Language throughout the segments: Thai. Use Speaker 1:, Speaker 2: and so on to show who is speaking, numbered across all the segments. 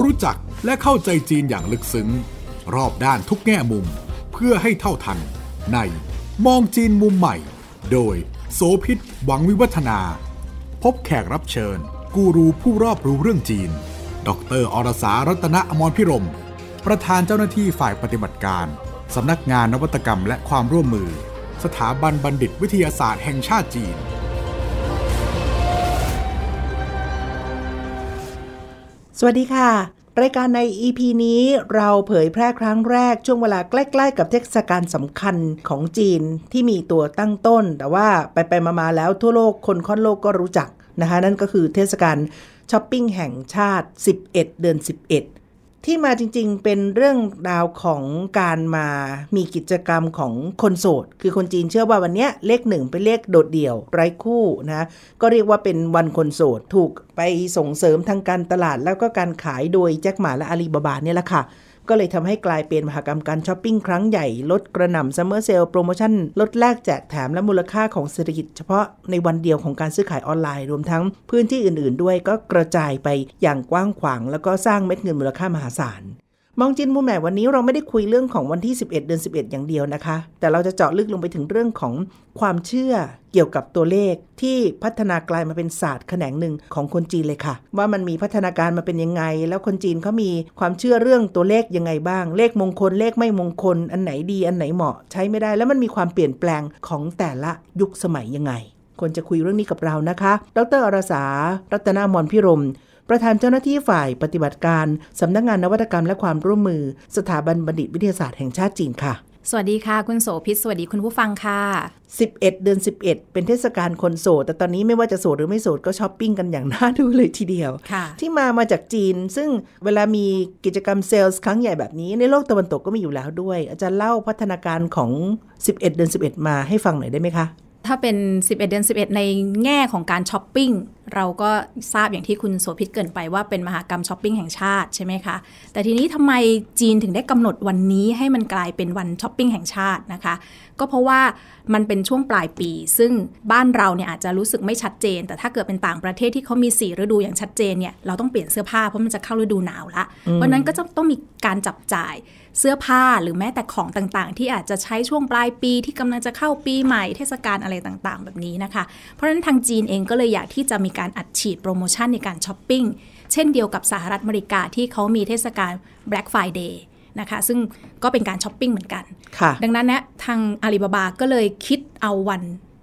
Speaker 1: รู้จักและเข้าใจจีนอย่างลึกซึ้ง รอบด้านทุกแง่มุมเพื่อให้เท่าทัน ในมองจีนมุมใหม่ โดยโสพิษหวังวิวัฒนา พบแขกรับเชิญ กูรูผู้รอบรู้เรื่องจีน ดรอรสารัตนอมรพิรม ประธานเจ้าหน้าที่ฝ่ายปฏิบัติการ สำนักงานนวัตกรรมและความร่วมมือ สถาบันบัณฑิตวิทยาศาสตร์แห่งชาติจีน
Speaker 2: สวัสดีค่ะ รายการใน EP นี้เราเผยแพร่ครั้งแรกช่วงเวลาใกล้ ๆ กับเทศกาลสำคัญของจีนที่มีตัวตั้งต้น แต่ว่าไปไปๆมาๆแล้วทั่วโลกคนค่อนโลกก็รู้จักนะคะ นั่นก็คือเทศกาลช้อปปิ้งแห่งชาติ 11 เดือน 11 ที่มาจริงๆเป็นเรื่องราวของการมามีกิจกรรมของคนโสด คือคนจีนเชื่อว่าวันเนี้ยเลขหนึ่งเป็นเลขโดดเดี่ยวไร้คู่นะ ก็เรียกว่าเป็นวันคนโสด ถูกไปส่งเสริมทางการตลาดแล้วก็การขายโดยแจ็คหมาและอาลีบาบาเนี่ยแหละค่ะ ก็เลยทำให้กลายเป็นมหกรรมการช้อปปิ้งครั้งใหญ่ ลดกระหน่ำซัมเมอร์เซลโปรโมชั่น ลดแลกแจกแถมและมูลค่าของเศรษฐกิจเฉพาะในวันเดียวของการซื้อขายออนไลน์ รวมทั้งพื้นที่อื่นๆ ด้วยก็กระจายไปอย่างกว้างขวาง แล้วก็สร้างเม็ดเงินมูลค่ามหาศาล มองจินมุมแหม่วันนี้เราไม่ได้คุยเรื่องของวันที่ 11 เดือน 11 อย่างเดียวนะคะ แต่เราจะเจาะลึกลงไปถึงเรื่องของความเชื่อเกี่ยวกับตัวเลขที่พัฒนากลายมาเป็นศาสตร์แขนงหนึ่งของคนจีนเลยค่ะ ว่ามันมีพัฒนาการมาเป็นยังไง แล้วคนจีนเขามีความเชื่อเรื่องตัวเลขยังไงบ้าง เลขมงคลเลขไม่มงคล อันไหนดีอันไหนเหมาะใช้ไม่ได้แล้วมันมีความเปลี่ยนแปลงของแต่ละยุคสมัยยังไง ควรจะคุยเรื่องนี้กับเรานะคะ ดรอรสา รัตนามรพิรม ประธานเจ้าหน้าที่ฝ่ายปฏิบัติการ สำนักงานนวัตกรรมและความร่วมมือ สถาบันบัณฑิตวิทยาศาสตร์แห่งชาติจีนค่ะ
Speaker 3: สวัสดีค่ะ คุณโสพิษสวัสดีคุณผู้ฟังค่ะ
Speaker 2: 11 เดือน 11 เป็นเทศกาลคนโสด แต่ตอนนี้ไม่ว่าจะโสดหรือไม่โสดก็ช้อปปิ้งกันอย่างน่าดูเลยทีเดียว
Speaker 3: ค่ะ
Speaker 2: ที่มามาจากจีน ซึ่งเวลามีกิจกรรมเซลส์ครั้งใหญ่แบบนี้ ในโลกตะวันตกก็มีอยู่แล้วด้วย อาจารย์เล่าพัฒนาการของ 11 เดือน 11 มาให้ฟังหน่อยได้ไหมคะ
Speaker 3: ถ้าเป็น 11 เดือน 11 ในแง่ของการช้อปปิ้ง เราก็ทราบอย่างที่คุณโสพิษเกรินไปว่าเป็นมหากรรมช้อปปิ้งแห่งชาติใช่ไหมคะ แต่ทีนี้ทำไมจีนถึงได้กำหนดวันนี้ให้มันกลายเป็นวันช้อปปิ้งแห่งชาตินะคะ ก็เพราะว่ามันเป็นช่วงปลายปี ซึ่งบ้านเราเนี่ยอาจจะรู้สึกไม่ชัดเจน แต่ถ้าเกิดเป็นต่างประเทศที่เขามี 4 ฤดูอย่างชัดเจนเนี่ยเราต้องเปลี่ยนเสื้อผ้าเพราะมันจะเข้าฤดูหนาวละเพราะฉะนั้นก็จะต้องมีการจับจ่ายเสื้อผ้าหรือแม้แต่ของต่างๆ ที่อาจจะใช้ช่วงปลายปีที่กำลังจะเข้าปีใหม่เทศกาลอะไรต่างๆ แบบนี้นะคะ เพราะฉะนั้นทางจีนเองก็เลยอยากที่จะมีการอัดฉีดโปรโมชั่นในการช้อปปิ้งเช่นเดียวกับสหรัฐอเมริกาที่เขามีเทศกาล Black Friday นะคะ ซึ่งก็เป็นการช้อปปิ้งเหมือนกัน
Speaker 2: ค่ะ
Speaker 3: ดังนั้นนะทางอาลีบาบาก็เลยคิดเอาวัน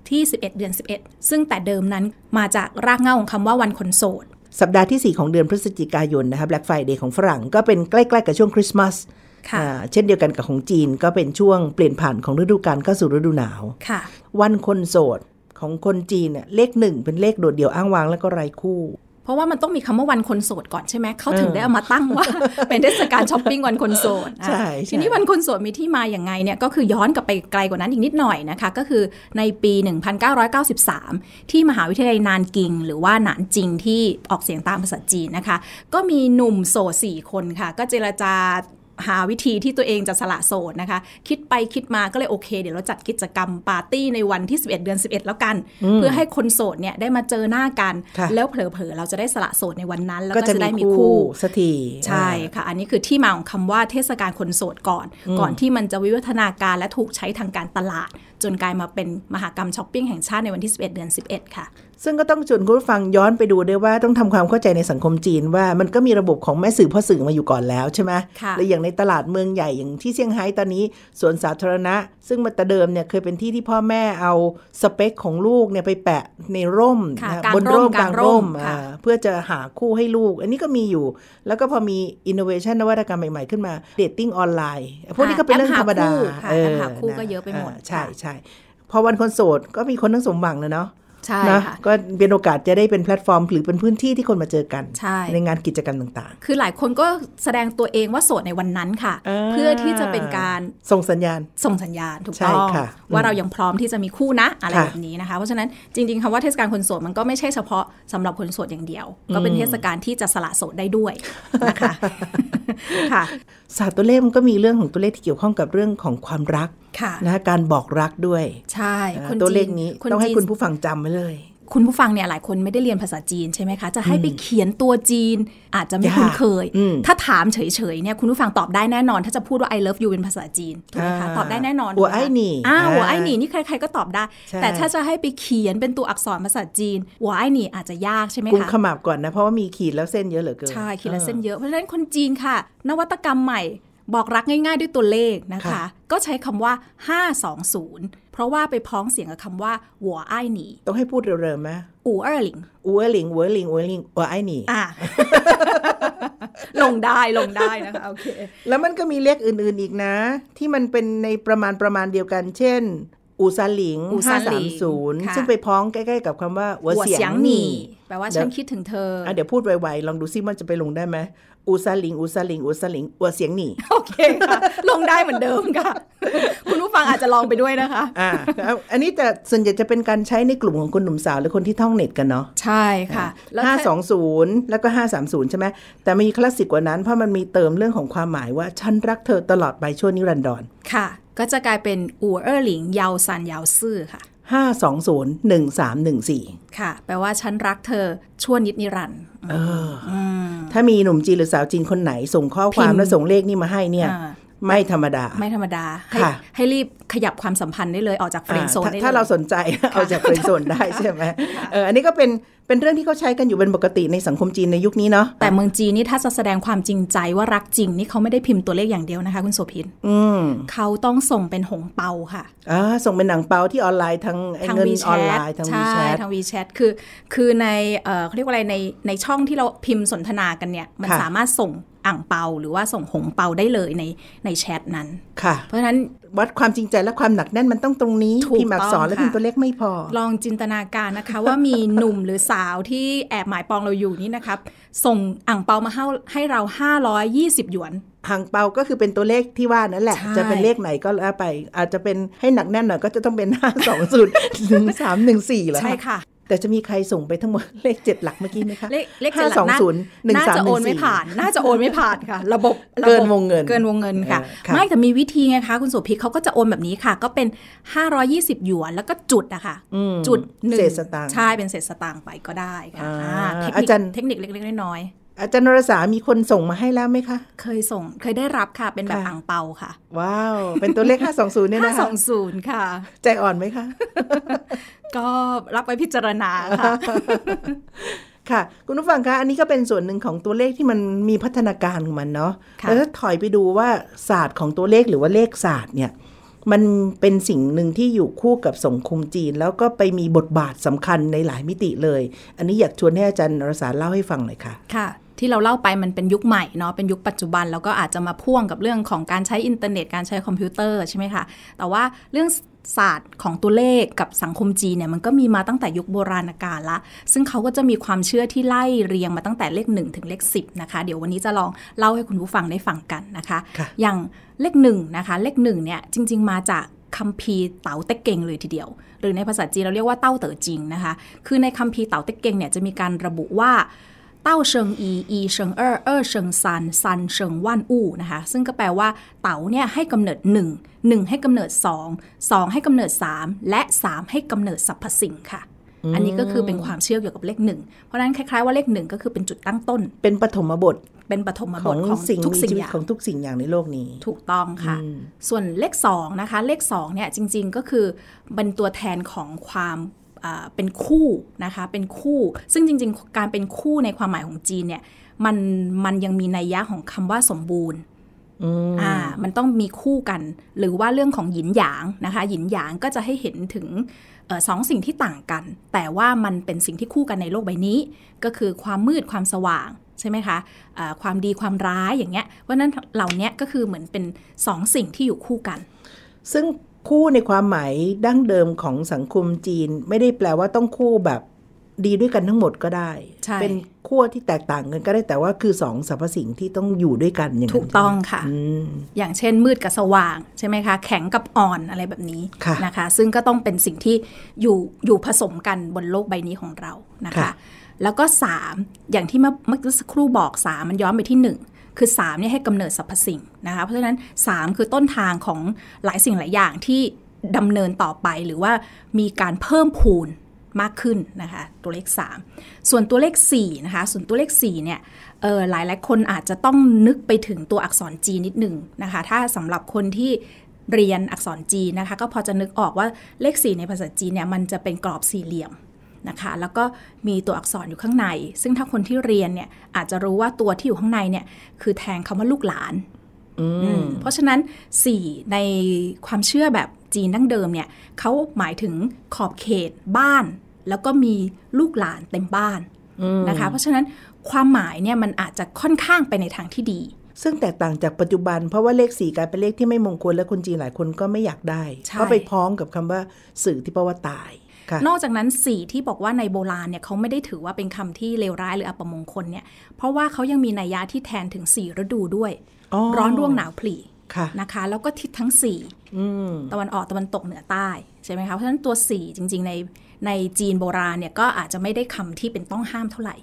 Speaker 3: ที่ 11 เดือน 11 ซึ่งแต่เดิมนั้นมาจากรากเหง้าของคำว่าวันคนโสด
Speaker 2: สัปดาห์ที่ 4 ของเดือนพฤศจิกายนนะคะ Black Friday ของฝรั่งก็เป็นใกล้ ๆ กับช่วงคริสต์มาส
Speaker 3: ค่ะ
Speaker 2: อ่าเช่นเดียวกันกับของจีนก็เป็นช่วงเปลี่ยนผ่านของฤดูกาลเข้าสู่ฤดูหนาว
Speaker 3: ค่ะ
Speaker 2: วันคนโสดของคนจีนเนี่ยเลขหนึ่งเป็นเลขโดดเดี่ยวอ้างว้างแล้วก็ไร้คู่
Speaker 3: เพราะว่ามันต้องมีคำว่าวันคนโสดก่อนใช่ไหม เขาถึง
Speaker 2: เออ
Speaker 3: ได้เอามาตั้ง ว่า เป็นเทศกาลช้อปปิ้งวันคนโสดอ่ะ
Speaker 2: ใช่ใช่
Speaker 3: ทีนี้วันคนโสดมีที่มาอย่างไงเนี่ยก็คือย้อนกลับไปไกลกว่านั้นอีกนิดหน่อยนะคะ ก็คือในปี 1993 ที่มหาวิทยาลัยนานกิง หรือว่าหนานจิงที่ออกเสียงตามภาษาจีนนะคะ ก็มีหนุ่มโสดสี่คนค่ะ ก็เจรจาหาวิธีที่ตัวเองจะสละโสดนะคะ คิดไปคิดมาก็เลยโอเค เดี๋ยวเราจัดกิจกรรมปาร์ตี้ในวันที่ 11 เดือน 11 แล้วกัน เพื่อให้คนโสดเนี่ยได้มาเจอหน้ากัน
Speaker 2: ค่ะ
Speaker 3: แล้วเผลอๆ เราจะได้สละโสดในวันนั้น แล้ว
Speaker 2: ก็
Speaker 3: ก็
Speaker 2: จะ
Speaker 3: จะได้
Speaker 2: มี
Speaker 3: มี
Speaker 2: คู่
Speaker 3: คู่
Speaker 2: สักที
Speaker 3: ใช่
Speaker 2: อ่า
Speaker 3: ค่ะ อันนี้คือที่มาของคำว่าเทศกาลคนโสดก่อน ก่อนที่มันจะวิวัฒนาการและถูกใช้ทางการตลาด จนกลายมาเป็นมหากรรมช้อปปิ้งแห่งชาติในวันที่ 11 เดือน 11 ค่ะ
Speaker 2: ซึ่งก็ต้องชวนคุณผู้ฟังย้อนไปดูด้วยว่าต้องทำความเข้าใจในสังคมจีนว่ามันก็มีระบบของแม่สื่อพ่อสื่อมาอยู่ก่อนแล้วใช่ไหม
Speaker 3: ค่ะ
Speaker 2: และอย่างในตลาดเมืองใหญ่อย่างที่เซี่ยงไฮ้ตอนนี้สวนสาธารณะ ซึ่งมันแต่เดิมเนี่ยเคยเป็นที่ที่พ่อแม่เอาสเปคของลูกเนี่ยไปแปะในร่ม
Speaker 3: ค่ะ
Speaker 2: นะ
Speaker 3: กลาง
Speaker 2: บนร่ม
Speaker 3: ร่ม
Speaker 2: ก
Speaker 3: ก
Speaker 2: ลา
Speaker 3: ลาง ง
Speaker 2: ร่ม
Speaker 3: ร่มค่ะ
Speaker 2: อ่าเพื่อจะหาคู่ให้ลูก อันนี้ก็มีอยู่ แล้วก็พอมีอินโนเวชันนวัตกรรมใหม่ๆขึ้นมาเดทติ้งออนไลน์พวกนี้ก็เป็นเรื่องธรรมดา
Speaker 3: แอปหาคู่ค่ะ
Speaker 2: เอ
Speaker 3: แอป
Speaker 2: อ
Speaker 3: หาคู่ก็เยอะไปหมด
Speaker 2: าใช่
Speaker 3: ค่ะ
Speaker 2: ใช่พอวันคนโสดก็มีคนทั้งสมหวังเลยเนาะ
Speaker 3: ใช่
Speaker 2: นะ
Speaker 3: ค่ะ
Speaker 2: ก็เป็นโอกาสจะได้เป็นแพลตฟอร์ม หรือเป็นพื้นที่ที่คนมาเจอกัน
Speaker 3: ใช่
Speaker 2: งานกิจกรรมต่าง
Speaker 3: คือหลายคนก็แสดงตัวเองว่าโสดในวันนั้นค่ะ
Speaker 2: อ่า
Speaker 3: เพื่อที่จะเป็นการ
Speaker 2: ๆ ส่งสัญญาณ
Speaker 3: ส่งสัญญาณถูก
Speaker 2: ใช่
Speaker 3: ต้อง
Speaker 2: ค่ะ
Speaker 3: ว่าเรายังพร้อมที่จะมีคู่นะอะไร
Speaker 2: ค่ะ
Speaker 3: แบบนี้นะคะ เพราะฉะนั้นจริงๆคำว่าเทศกาลคนโสดมันก็ไม่ใช่เฉพาะสำหรับคนโสดอย่างเดียว ก็เป็นเทศกาลที่จะสละโสดได้ด้วยนะคะ ค่ะ
Speaker 2: ศาสตร์ตัวเลขมันก็มีเรื่องของตัวเลขที่เกี่ยวข้องกับเรื่องของความรัก
Speaker 3: ค่ะ
Speaker 2: นะคะการบอกรักด้วย
Speaker 3: ใช่
Speaker 2: อ่า
Speaker 3: คน
Speaker 2: ตัวเลข
Speaker 3: จี
Speaker 2: นี้
Speaker 3: คน
Speaker 2: ต้องให้
Speaker 3: จีน
Speaker 2: คุณผู้ฟังจำไว้เลย
Speaker 3: คุณผู้ฟังเนี่ยหลายคนไม่ได้เรียนภาษาจีนใช่ไหมคะ จะให้ไปเขียนตัวจีน อาจจะไม่
Speaker 2: ยาก
Speaker 3: คุ้นเคย
Speaker 2: อืม
Speaker 3: ถ้าถามเฉยๆเนี่ยคุณผู้ฟังตอบได้แน่นอน ถ้าจะพูดว่า I love you เป็นภาษาจีนถูกไหมคะ
Speaker 2: อ่า
Speaker 3: ตอบได้แน่นอน
Speaker 2: หัวไอ้หนี่
Speaker 3: อ่าหัวไอ้
Speaker 2: อ่า
Speaker 3: หนี่นี่ใคร ๆก็ตอบได้
Speaker 2: ใช่
Speaker 3: แต่ถ้าจะให้ไปเขียนเป็นตัวอักษรภาษาจีนหัวไอ้หนี่อาจจะยากใช่ไหม
Speaker 2: กุม
Speaker 3: คะ
Speaker 2: ขมับก่อนนะ เพราะว่ามีขีดแล้วเส้นเยอะเหลือเกิน
Speaker 3: ใช่ขีดละเส้นเยอะเพราะฉะนั้นคนจีนค่ะ นวัตกรรมใหม่บอกรักง่ายๆด้วยตัวเลขนะคะ
Speaker 2: ค่ะ
Speaker 3: ก็ใช้คำว่า 520 เพราะว่าไปพ้องเสียงกับคำว่าหัวไอ้ายหนี
Speaker 2: ต้องให้พูดเร็วๆไหม
Speaker 3: อู่เออหลิง
Speaker 2: อัวหลิงอัวหลิงอัวหลิงอัวไอ้หนี่
Speaker 3: อ่ะ ลงได้ลงได้นะคะโอเค
Speaker 2: แล้วมันก็มีเลขอื่นๆอีกนะ ที่มันเป็นในประมาณประมาณเดียวกัน เช่น อูซาหลิง
Speaker 3: อู่
Speaker 2: ห้า
Speaker 3: ซานห
Speaker 2: สา
Speaker 3: ลิ
Speaker 2: ม
Speaker 3: ง
Speaker 2: ศูนย์
Speaker 3: ค่ะ
Speaker 2: ซึ่งไปพ้องใกล้ๆกับคำว่าหัว
Speaker 3: หัว
Speaker 2: เสี
Speaker 3: เสี
Speaker 2: ย
Speaker 3: ย
Speaker 2: ง
Speaker 3: ง
Speaker 2: ห
Speaker 3: ห
Speaker 2: นี
Speaker 3: นีแปลว่าฉันคิดถึงเธอ
Speaker 2: อ่ะเดี๋ยวพูดไวๆ ลองดูซิมันจะไปลงได้ไหมอูซาหลิงอูซาหลิงอูซาหลิงหัวเสียงหนี
Speaker 3: โอเคค่ะ ลงได้เหมือนเดิมค่ะ คุณผู้ฟังอาจจะลองไปด้วยนะคะ
Speaker 2: อ่าครับ อันนี้แต่ส่วนใหญ่จะเป็นการใช้ในกลุ่มของคนหนุ่มสาว หรือคนที่ท่องเน็ตกันเนาะ
Speaker 3: ใช่ค่ะแล้ว
Speaker 2: ห้า
Speaker 3: ถ้า
Speaker 2: สองศูนย์แล้วก็ห้าสามศูนย์ใช่ไหม แต่มีคลาสสิกกว่านั้น เพราะมันมีเติมเรื่องของความหมายว่า ฉันรักเธอตลอดไปชั่วนิรันดร
Speaker 3: ค่ะ ก็จะกลายเป็นอู่เออหลิงเยาวซันเยาวซื่อค่ะ
Speaker 2: ห้าสองศูนย์หนึ่งสามหนึ่งสี่
Speaker 3: ค่ะ แปลว่าฉันรักเธอชั่วนิดนิรันดร์
Speaker 2: เออ
Speaker 3: อืม
Speaker 2: ถ้ามีหนุ่มจีนหรือสาวจีนคนไหนส่งข้อความ
Speaker 3: พิมพ์
Speaker 2: และส่งเลขนี่มาให้เนี่ย
Speaker 3: อ่า
Speaker 2: ไม่ธรรมดา
Speaker 3: ไม่ธรรมดา ให้
Speaker 2: ค่ะ
Speaker 3: ให้รีบขยับความสัมพันธ์ได้เลยออกจากเฟรนด์โซน
Speaker 2: อ่า
Speaker 3: ได้
Speaker 2: ถ้า
Speaker 3: เลย
Speaker 2: ถ้าเราสนใจ เอาจากเฟรนด์โซนได้ใช่ไหมเอออันนี้ก็เป็นเป็นเรื่องที่เขาใช้กันอยู่เป็นปกติในสังคมจีนในยุคนี้เนาะ
Speaker 3: แต่เมืองจีนนี่ถ้าจะแสดงความจริงใจว่ารักจริงนี่เขาไม่ได้พิมพ์ตัวเลขอย่างเดียวนะคะ คุณโสภิน
Speaker 2: อืม
Speaker 3: เขาต้องส่งเป็นหงเปาค่ะ
Speaker 2: อ่าส่งเป็นหนังเปาที่ออนไลน์ทางไอ้
Speaker 3: ทาง
Speaker 2: เงิน
Speaker 3: วี
Speaker 2: อ
Speaker 3: แช
Speaker 2: อนไล
Speaker 3: ท
Speaker 2: น์ทางวี
Speaker 3: ใช่
Speaker 2: แชท
Speaker 3: ทางวีแชทคือ คือในเอ่อเขาเรียกว่าอะไรในในช่องที่เราพิมพ์สนทนากันเนี่ย มัน
Speaker 2: ค่ะ
Speaker 3: สามารถส่งอ่างเปาหรือว่าส่งหงเปาได้เลยในในแชทนั้น
Speaker 2: ค่ะ
Speaker 3: เพราะฉะนั้น
Speaker 2: วัดความจริงใจและความหนักแน่นมันต้องตรงนี้
Speaker 3: ถูก
Speaker 2: พิมพ์อักษร
Speaker 3: ต้อง
Speaker 2: และพิมพ์
Speaker 3: ค่ะ
Speaker 2: ตัวเลขไม่พอ
Speaker 3: ลองจินตนาการนะคะ ว่ามีหนุ่มหรือสาวที่แอบหมายปองเราอยู่นี่นะครับ ส่งอ่างเปามาให้ให้เรา 520 หยวน
Speaker 2: ห่างเปาก็คือเป็นตัวเลขที่ว่านั่นแหละ
Speaker 3: ใช่
Speaker 2: จะเป็นเลขไหนก็แล้วไป อาจจะเป็นให้หนักแน่นหน่อยก็จะต้องเป็น 5 2 0 1 3 1 4เหรอ
Speaker 3: ใช่ค่ะ
Speaker 2: แต่จะมีใครส่งไปทั้งหมด เลข 7 หลักเมื่อกี้ไหมคะ
Speaker 3: เลขเลข
Speaker 2: ห้า
Speaker 3: เจ็ดหลัก
Speaker 2: สองศูนย์หนึ่ง
Speaker 3: น่า
Speaker 2: สาม
Speaker 3: จะ
Speaker 2: หนึ่งสี่
Speaker 3: โอนไม่ผ่าน น่าจะโอนไม่ผ่านค่ะ ระบบระบบ
Speaker 2: เกินวงเงิน
Speaker 3: เกินวงเงินค่ะ
Speaker 2: เออค่ะ
Speaker 3: ไม่แต่มีวิธีไงคะคุณโสุพิษเขาก็จะโอนแบบนี้ค่ะ ก็เป็น 520 หยวนแล้วก็จุดนะคะ
Speaker 2: อืม
Speaker 3: จุดหนึ่ง
Speaker 2: เศษสตางค์
Speaker 3: ใช่เป็นเศษสตางค์ไปก็ได้ค่ะ
Speaker 2: อ่า
Speaker 3: อ่าเทค
Speaker 2: อา
Speaker 3: นิค
Speaker 2: จารย์
Speaker 3: เทคนิคเล็กๆน้อย
Speaker 2: อาจารย์นรสามีคนส่งมาให้แล้วไหมคะ
Speaker 3: ๆเคยส่งเคยได้รับค่ะเป็นแบบ
Speaker 2: ค่ะ
Speaker 3: อ่างเปาค่ะ
Speaker 2: ว้าว เป็นตัวเลข 520เนี่ยนะคะ
Speaker 3: 520ค่ะ
Speaker 2: ใจอ่อนไหมคะ
Speaker 3: ก็รับไว้พิจารณาค่ะ
Speaker 2: ค่ะ คุณผู้ฟังคะ อันนี้ก็เป็นส่วนหนึ่งของตัวเลขที่มันมีพัฒนาการของมันเนาะ
Speaker 3: ค่ะ
Speaker 2: แล้วถ้าถอยไปดูว่าศาสตร์ของตัวเลขหรือว่าเลขศาสตร์เนี่ย มันเป็นสิ่งหนึ่งที่อยู่คู่กับสังคมจีน แล้วก็ไปมีบทบาทสำคัญในหลายมิติเลย อันนี้อยากชวนให้อาจารย์นรสารเล่าให้ฟังหน่อยค่ะ
Speaker 3: ค่ะ ที่เราเล่าไปมันเป็นยุคใหม่เนาะเป็นยุคปัจจุบันแล้วก็อาจจะมาพ่วงกับเรื่องของการใช้อินเทอร์เน็ตการใช้คอมพิวเตอร์ใช่ไหมคะแต่ว่าเรื่องศาสตร์ของตัวเลขกับสังคมจีนเนี่ยมันก็มีมาตั้งแต่ยุคโบราณกาลละ ซึ่งเขาก็จะมีความเชื่อที่ไล่เรียงมาตั้งแต่เลข 1 ถึงเลข 10นะคะเดี๋ยววันนี้จะลองเล่าให้คุณผู้ฟังได้ฟังกันนะคะ
Speaker 2: ค่ะ
Speaker 3: อย่างเลขหนึ่งนะคะเลขหนึ่งเนี่ยจริง ๆ มาจากคัมภีร์เต๋าเต็กเกงเลยทีเดียว หรือในภาษาจีนเราเรียกว่าเต้าเต๋อจริงนะคะ คือในคัมภีร์เต๋าเต็กเกงเนี่ยจะมีการระบุว่า เต้าเชิงอี อีเชิงเอ้อเอ้อเชิงซันซันเชิงว่านอู้นะคะ ซึ่งก็แปลว่าเต๋าเนี่ยให้กำเนิด 1 1 ให้กำเนิด 2 2 ให้กำเนิด 3 และ 3 ให้กำเนิดสรรพสิ่งค่ะ อันนี้ก็คือเป็นความเชื่อเกี่ยวกับเลขหนึ่งเพราะฉะนั้นคล้ายๆว่าเลขหนึ่งก็คือเป็นจุดตั้งต้น
Speaker 2: เป็นปฐมบท
Speaker 3: เป็นปฐม
Speaker 2: ข
Speaker 3: บ
Speaker 2: อ
Speaker 3: ท
Speaker 2: ง
Speaker 3: ของ
Speaker 2: สิ่ง
Speaker 3: ทุก
Speaker 2: มี
Speaker 3: สิ่ง
Speaker 2: ชี
Speaker 3: อ
Speaker 2: วิต
Speaker 3: ย่าง
Speaker 2: ของทุกสิ่งอย่างในโลกนี้
Speaker 3: ถูกต้องค่ะ
Speaker 2: อืม
Speaker 3: ส่วนเลข2นะคะ เลข2เนี่ยจริงๆก็คือเป็นตัวแทนของความอ่าเป็นคู่นะคะ เป็นคู่ ซึ่งจริงๆ การเป็นคู่ในความหมายของจีนเนี่ย มันมันยังมีนัยยะของคำว่าสมบูรณ์
Speaker 2: อืม
Speaker 3: อ่า มันต้องมีคู่กัน หรือว่าเรื่องของหยินหยางนะคะ หยินหยางก็จะให้เห็นถึงเออสองสิ่งที่ต่างกัน แต่ว่ามันเป็นสิ่งที่คู่กันในโลกใบนี้ ก็คือความมืดความสว่างใช่ไหมคะะความดีความร้ายอย่างเงี้ย เพราะฉะนั้นเหล่าเนี้ยก็คือเหมือนเป็นสองสิ่งที่อยู่คู่กัน
Speaker 2: ซึ่งคู่ในความหมายดั้งเดิมของสังคมจีน ไม่ได้แปลว่าต้องคู่แบบดีด้วยกันทั้งหมดก็ได้
Speaker 3: ใช่
Speaker 2: เป็นคู่ที่แตกต่างกันก็ได้แต่ว่าคือสองสรรพสิ่งที่ต้องอยู่ด้วยกันอย่างนั้น
Speaker 3: ถูกต้องค่ะ
Speaker 2: อืม
Speaker 3: อย่างเช่นมืดกับสว่างใช่ไหมคะ แข็งกับอ่อนอะไรแบบนี้
Speaker 2: ค่ะ
Speaker 3: นะคะ ซึ่งก็ต้องเป็นสิ่งที่อยู่อยู่ผสมกันบนโลกใบนี้ของเรานะคะ
Speaker 2: ค่ะ
Speaker 3: แล้วก็ 3 อย่างที่เมื่อเมื่อสักครู่บอก 3 มันย้อนไปที่ 1 คือ3เนี่ยให้กำเนิดสรรพสิ่งนะคะ เพราะฉะนั้น 3 คือต้นทางของหลายสิ่งหลายอย่างที่ดำเนินต่อไปหรือว่ามีการเพิ่มพูน มากขึ้นนะคะตัวเลข 3 ส่วนตัวเลข4นะคะส่วนตัวเลข4เนี่ยเออหลายหลายๆคนอาจจะต้องนึกไปถึงตัวอักษรจีนนิดหนึ่งนะคะถ้าสำหรับคนที่เรียนอักษรจีนนะคะก็พอจะนึกออกว่าเลข 4 ในภาษาจีนเนี่ยมันจะเป็นกรอบสี่เหลี่ยม นะคะแล้วก็มีตัวอักษรอยู่ข้างใน ซึ่งถ้าคนที่เรียนเนี่ยอาจจะรู้ว่าตัวที่อยู่ข้างในเนี่ยคือแทนคำว่าลูกหลาน
Speaker 2: อื
Speaker 3: อื
Speaker 2: ม
Speaker 3: มเพราะฉะนั้น 4 ในความเชื่อแบบจีนดั้งเดิมเนี่ยเขาหมายถึงขอบเขตบ้าน แล้วก็มีลูกหลานเต็มบ้านนะคะเพราะฉะนั้นความหมายเนี่ยมันอาจจะค่อนข้างไปในทางที่ดี
Speaker 2: ซึ่งแตกต่างจากปัจจุบัน เพราะว่าเลขสี่กลายเป็นเลขที่ไม่มงคลและคนจีนหลายคนก็ไม่อยากได้
Speaker 3: ใช่
Speaker 2: เพราะไปพ้องกับคำว่าสื่อที่แปลว่าตายค่ะ
Speaker 3: นอกจากนั้นสีที่บอกว่าในโบราณเนี่ยเขาไม่ได้ถือว่าเป็นคำที่เลวร้ายหรืออัปมงคลเนี่ยเพราะว่าเขายังมีนัยยะที่แทนถึงสี่ฤดูด้วย
Speaker 2: อ๋อ
Speaker 3: ร้อนร่วงหนาวผลี
Speaker 2: ค่ะ
Speaker 3: นะคะ แล้วก็ทิศทั้งสี่
Speaker 2: อืม
Speaker 3: ตะวันออกตะวันตกเหนือใต้ใช่ไหมคะเพราะฉะนั้นตัวสี่จริงๆในในจีนโบราณเนี่ยก็อาจจะไม่ได้คำที่เป็นต้องห้ามเท่าไหร่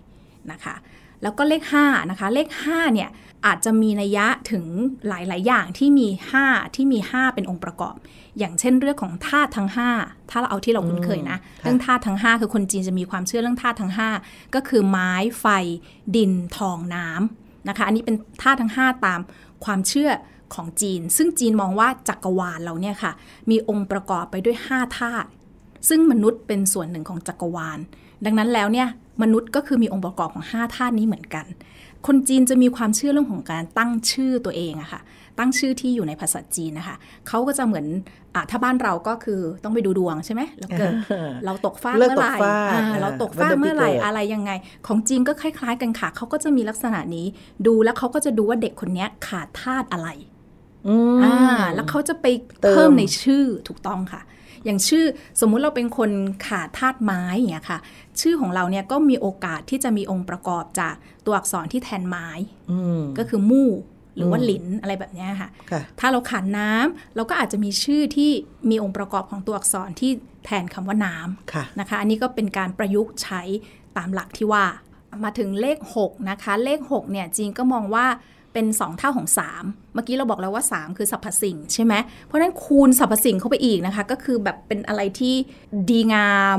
Speaker 3: นะคะ แล้วก็เลข5นะคะเลข5เนี่ยอาจจะมีนัยยะถึงหลายๆ อย่างที่มี5ที่มี 5 เป็นองค์ประกอบ อย่างเช่นเรื่องของธาตุทั้ง 5 ถ้าเราเอาที่เราคุ้นเคยนะ
Speaker 2: ค่ะ
Speaker 3: เรื่องธาตุทั้ง 5 คือคนจีนจะมีความเชื่อเรื่องธาตุทั้ง 5 ก็คือไม้ไฟ ดินทองน้ำนะคะอันนี้เป็นธาตุทั้ง 5 ตามความเชื่อของจีน ซึ่งจีนมองว่าจักรวาลเราเนี่ยค่ะ มีองค์ประกอบไปด้วย5ธาตุ ซึ่งมนุษย์เป็นส่วนหนึ่งของจักรวาล ดังนั้นแล้วเนี่ยมนุษย์ก็คือมีองค์ประกอบของ 5ธาตุนี้เหมือนกัน คนจีนจะมีความเชื่อเรื่องของการตั้งชื่อตัวเองอะค่ะ ตั้งชื่อที่อยู่ในภาษาจีนนะคะเขาก็จะเหมือนอ่ะถ้าบ้านเราก็คือต้องไปดูดวงใช่ไหมแล้วเกิ ด เราตกฟ้าก
Speaker 2: เลิก
Speaker 3: เมื่อ
Speaker 2: ต
Speaker 3: ไหร่
Speaker 2: กฟาก
Speaker 3: อ่า
Speaker 2: อ่า
Speaker 3: เราตกฟ้าก
Speaker 2: Wonder
Speaker 3: เมื่อไหร่
Speaker 2: Pico
Speaker 3: อะไรยังไง ของจีนก็คล้าย ๆ กันค่ะ เขาก็จะมีลักษณะนี้ ดูแล้วเขาก็จะดูว่าเด็กคนเนี้ยขาดธาตุอะไร
Speaker 2: อืม
Speaker 3: อ่าแล้วเขาจะไป
Speaker 2: เติม
Speaker 3: เพิ่มในชื่อถูกต้องค่ะ อย่างชื่อสมมุติเราเป็นคนขาดธาตุไม้อย่างเงี้ยค่ะ ชื่อของเราเนี่ยก็มีโอกาสที่จะมีองค์ประกอบจากตัวอักษรที่แทนไม้
Speaker 2: อืม
Speaker 3: ก็คือมู่ หรือว่า
Speaker 2: อืม
Speaker 3: หลินอะไรแบบเนี้ยค่ะ
Speaker 2: ค่ะ
Speaker 3: ถ้าเราขาดน้ำเราก็อาจจะมีชื่อที่มีองค์ประกอบของตัวอักษรที่แทนคำว่าน้ำ
Speaker 2: ค่ะ
Speaker 3: นะคะอันนี้ก็เป็นการประยุกต์ใช้ตามหลักที่ว่ามาถึงเลข 6 นะคะ เลข 6 เนี่ยจีนก็มองว่าเป็น 2 เท่าของ 3 เมื่อกี้เราบอกแล้วว่า 3 คือสรรพสิ่งใช่ไหมเพราะฉะนั้นคูณสรรพสิ่งเข้าไปอีกนะคะ ก็คือแบบเป็นอะไรที่ดีงาม